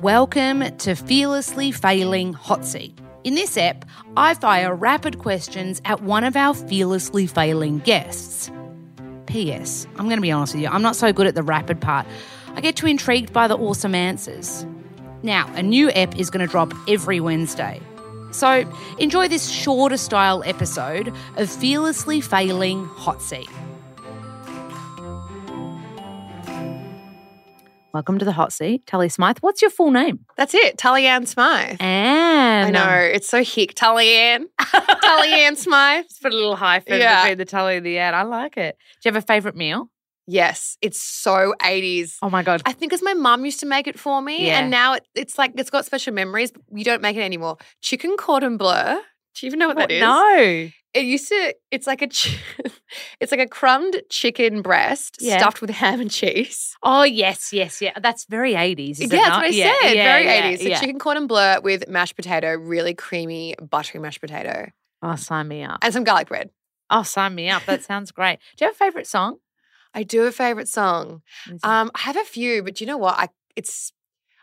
Welcome to Fearlessly Failing Hot Seat. In this ep, I fire rapid questions at one of our fearlessly failing guests. P.S. I'm going to be honest with you, I'm not so good at the rapid part. I get too intrigued by the awesome answers. Now, a new ep is going to drop every Wednesday. So enjoy this shorter style episode of Fearlessly Failing Hot Seat. Welcome to the hot seat, Tully Smythe. What's your full name? That's it. Tully Ann Smythe. Anne. I know. um, It's so hick. Tully Ann. Tully Ann Smythe. Just put a little hyphen Yeah. between the Tully and the Anne. I like it. Do you have a favourite meal? Yes. It's so 80s. Oh my god. I think because my mum used to make it for me. Yeah. And now it, it's like it's got special memories. But you don't make it anymore. Chicken cordon bleu. Do you even know what, What? that is? No. It used to, it's like a ch- it's like a crumbed chicken breast Yeah. stuffed with ham and cheese. Oh yes, yes, yeah. That's very eighties. yeah, that's what I said. Very 80s. So Yeah. chicken cordon bleu with mashed potato, really creamy, buttery mashed potato. Oh, sign me up. And some garlic bread. Oh, sign me up. That sounds great. Do you have a favourite song? I do a favorite song. Um, I have a few, but you know what? I it's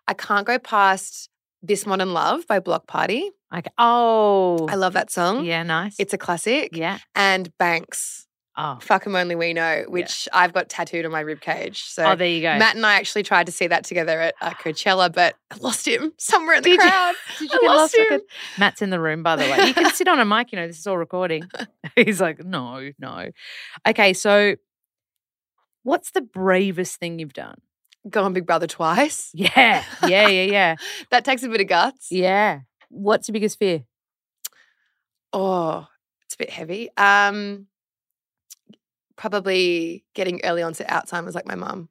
I can't go past "This Modern Love" by Block Party. okay. Oh, I love that song. yeah, nice. It's a classic. yeah. And Banks, Oh, "Fuck 'Em Only We Know," which I've got tattooed on my ribcage. So oh, there you go. Matt and I actually tried to see that together at uh, Coachella, but I lost him somewhere in the Did you? crowd. Did I lost your him. good- Matt's in the room, by the way. You can sit on a mic, you know, this is all recording. He's like, no, no. Okay, so what's the bravest thing you've done? Go on Big Brother twice. Yeah, yeah, yeah, yeah. That takes a bit of guts. Yeah. What's your biggest fear? Oh, it's a bit heavy. Um, probably getting early onset Alzheimer's like my mum.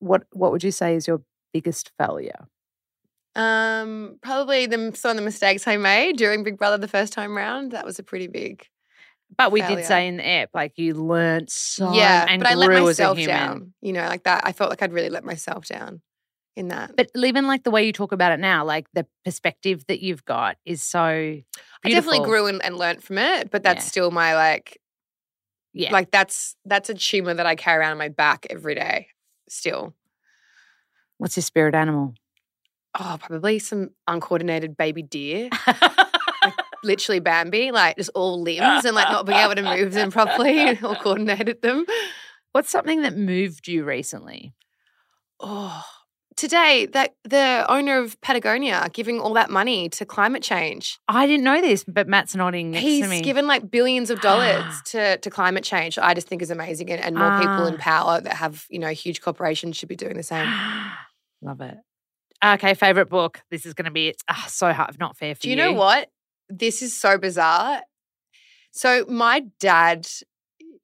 What What would you say is your biggest failure? Um, probably the some of the mistakes I made during Big Brother the first time round. That was a pretty big. But we did Failure. say in the app, like you learnt so yeah, and but I let grew myself as a human. down. You know, like that. I felt like I'd really let myself down in that. But even like the way you talk about it now, like the perspective that you've got is so beautiful. I definitely grew and, and learned from it. But that's Yeah. still my like, Yeah. like that's that's a tumor that I carry around in my back every day. Still, What's your spirit animal? oh, probably some uncoordinated baby deer, literally Bambi, like just all limbs and like not being able to move them properly or coordinated them. What's something that moved you recently? Oh, today that the owner of Patagonia giving all that money to climate change. I didn't know this, but Matt's nodding next to me. He's given like billions of dollars to, to climate change. I just think is amazing, and, and more people Ah. in power that have you know huge corporations should be doing the same. Love it. Okay, favorite book. This is going to be it's ah, so hard, not fair for Do you know what? This is so bizarre. So my dad,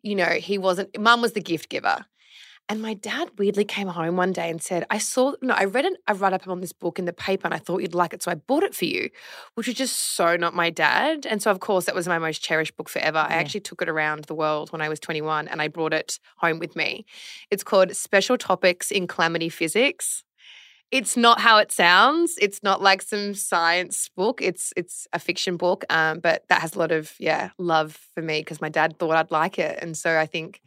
you know, he wasn't mum was the gift giver. And my dad weirdly came home one day and said, I saw no, I read an I write up on this book in the paper and I thought you'd like it, so I bought it for you, which was just so not my dad. And so of course that was my most cherished book forever. I Yeah. actually took it around the world when I was 21 and I brought it home with me. It's called Special Topics in Calamity Physics. It's not how it sounds. It's not like some science book. It's it's a fiction book, um, but that has a lot of yeah love for me because my dad thought I'd like it, and so I think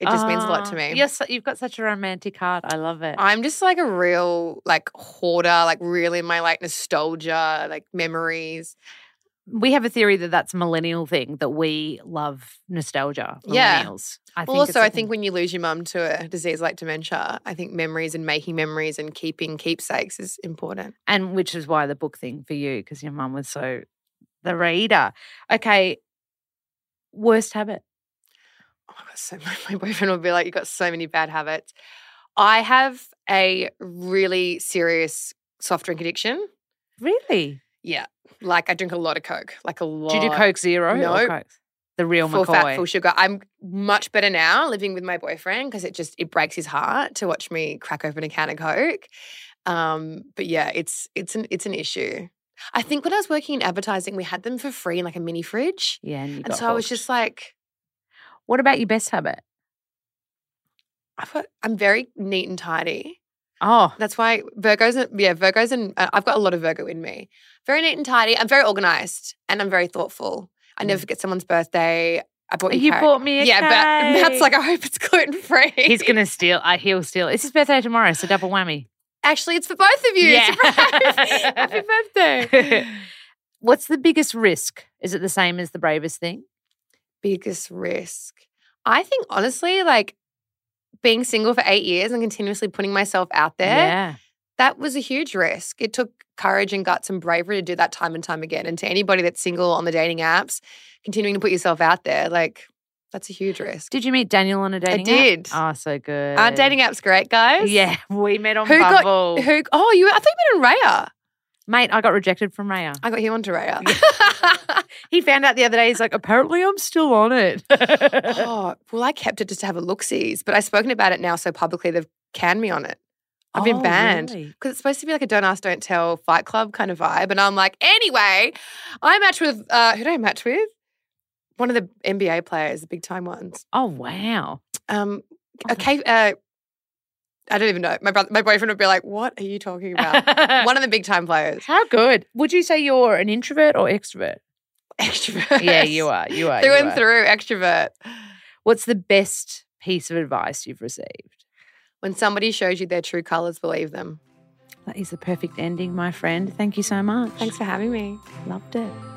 it just means a lot to me. Ah, Yes, you've got such a romantic heart. I love it. I'm just like a real like hoarder, like really my like nostalgia, like memories. we have a theory that that's a millennial thing that we love nostalgia. Yeah. Millennials. I well, also I I think when you lose your mum to a disease like dementia, I think memories and making memories and keeping keepsakes is important. and which is why the book thing for you because your mum was so the reader. Okay, worst habit. oh my god, so my, my boyfriend will be like, you've got so many bad habits. I have a really serious soft drink addiction. Really? Yeah. Like I drink a lot of Coke. Like a lot Do you do Coke Zero? or Nope. Coke? The real full McCoy. fat, full sugar. I'm much better now living with my boyfriend because it just it breaks his heart to watch me crack open a can of Coke. Um, but yeah, it's it's an it's an issue. I think when I was working in advertising, we had them for free in like a mini fridge. yeah, and, you And got so I was hooked. just like, What about your best habit? I've got, I'm very neat and tidy. Oh, That's why Virgos, and- yeah, Virgos, and uh, I've got a lot of Virgo in me. Very neat and tidy. I'm very organized and I'm very thoughtful. I never Mm. forget someone's birthday. I bought you, you carrot- bought me a Yeah, but that's cake. like I hope it's gluten free. uh, He's gonna steal. I he'll steal. It's his birthday tomorrow, so double whammy. Actually, it's for both of you. Yeah. Surprise. Happy birthday. What's the biggest risk? Is it the same as the bravest thing? Biggest risk. I think honestly, like being single for eight years and continuously putting myself out there, Yeah. that was a huge risk. It took courage and guts and bravery to do that time and time again. And to anybody that's single on the dating apps, continuing to put yourself out there, like that's a huge risk. Did you meet Daniel on a dating app? did. Oh, so good. Aren't dating apps great, guys? Yeah, we met on Who got- Bumble. Who? Oh, you? I thought you met on Raya. Mate, I got rejected from Raya. I got you onto Raya. He found out the other day. He's like, apparently I'm still on it. oh, well, I kept it just to have a look sees, but I've spoken about it now so publicly they've canned me on it. I've been Oh, banned. really? Because it's supposed to be like a don't ask, don't tell fight club kind of vibe. And I'm like, anyway, I match with, uh, who did I match with? One of the NBA players, the big time ones. Oh, wow. Um, Oh, okay, uh, I don't even know. My brother, my boyfriend would be like, what are you talking about? One of the big time players. How good. Would you say you're an introvert or extrovert? Extrovert. Yeah, you are. You are. Through you and are. through, extrovert. What's the best piece of advice you've received? When somebody shows you their true colors, believe them. That is the perfect ending, my friend. Thank you so much. Thanks for having me. Loved it.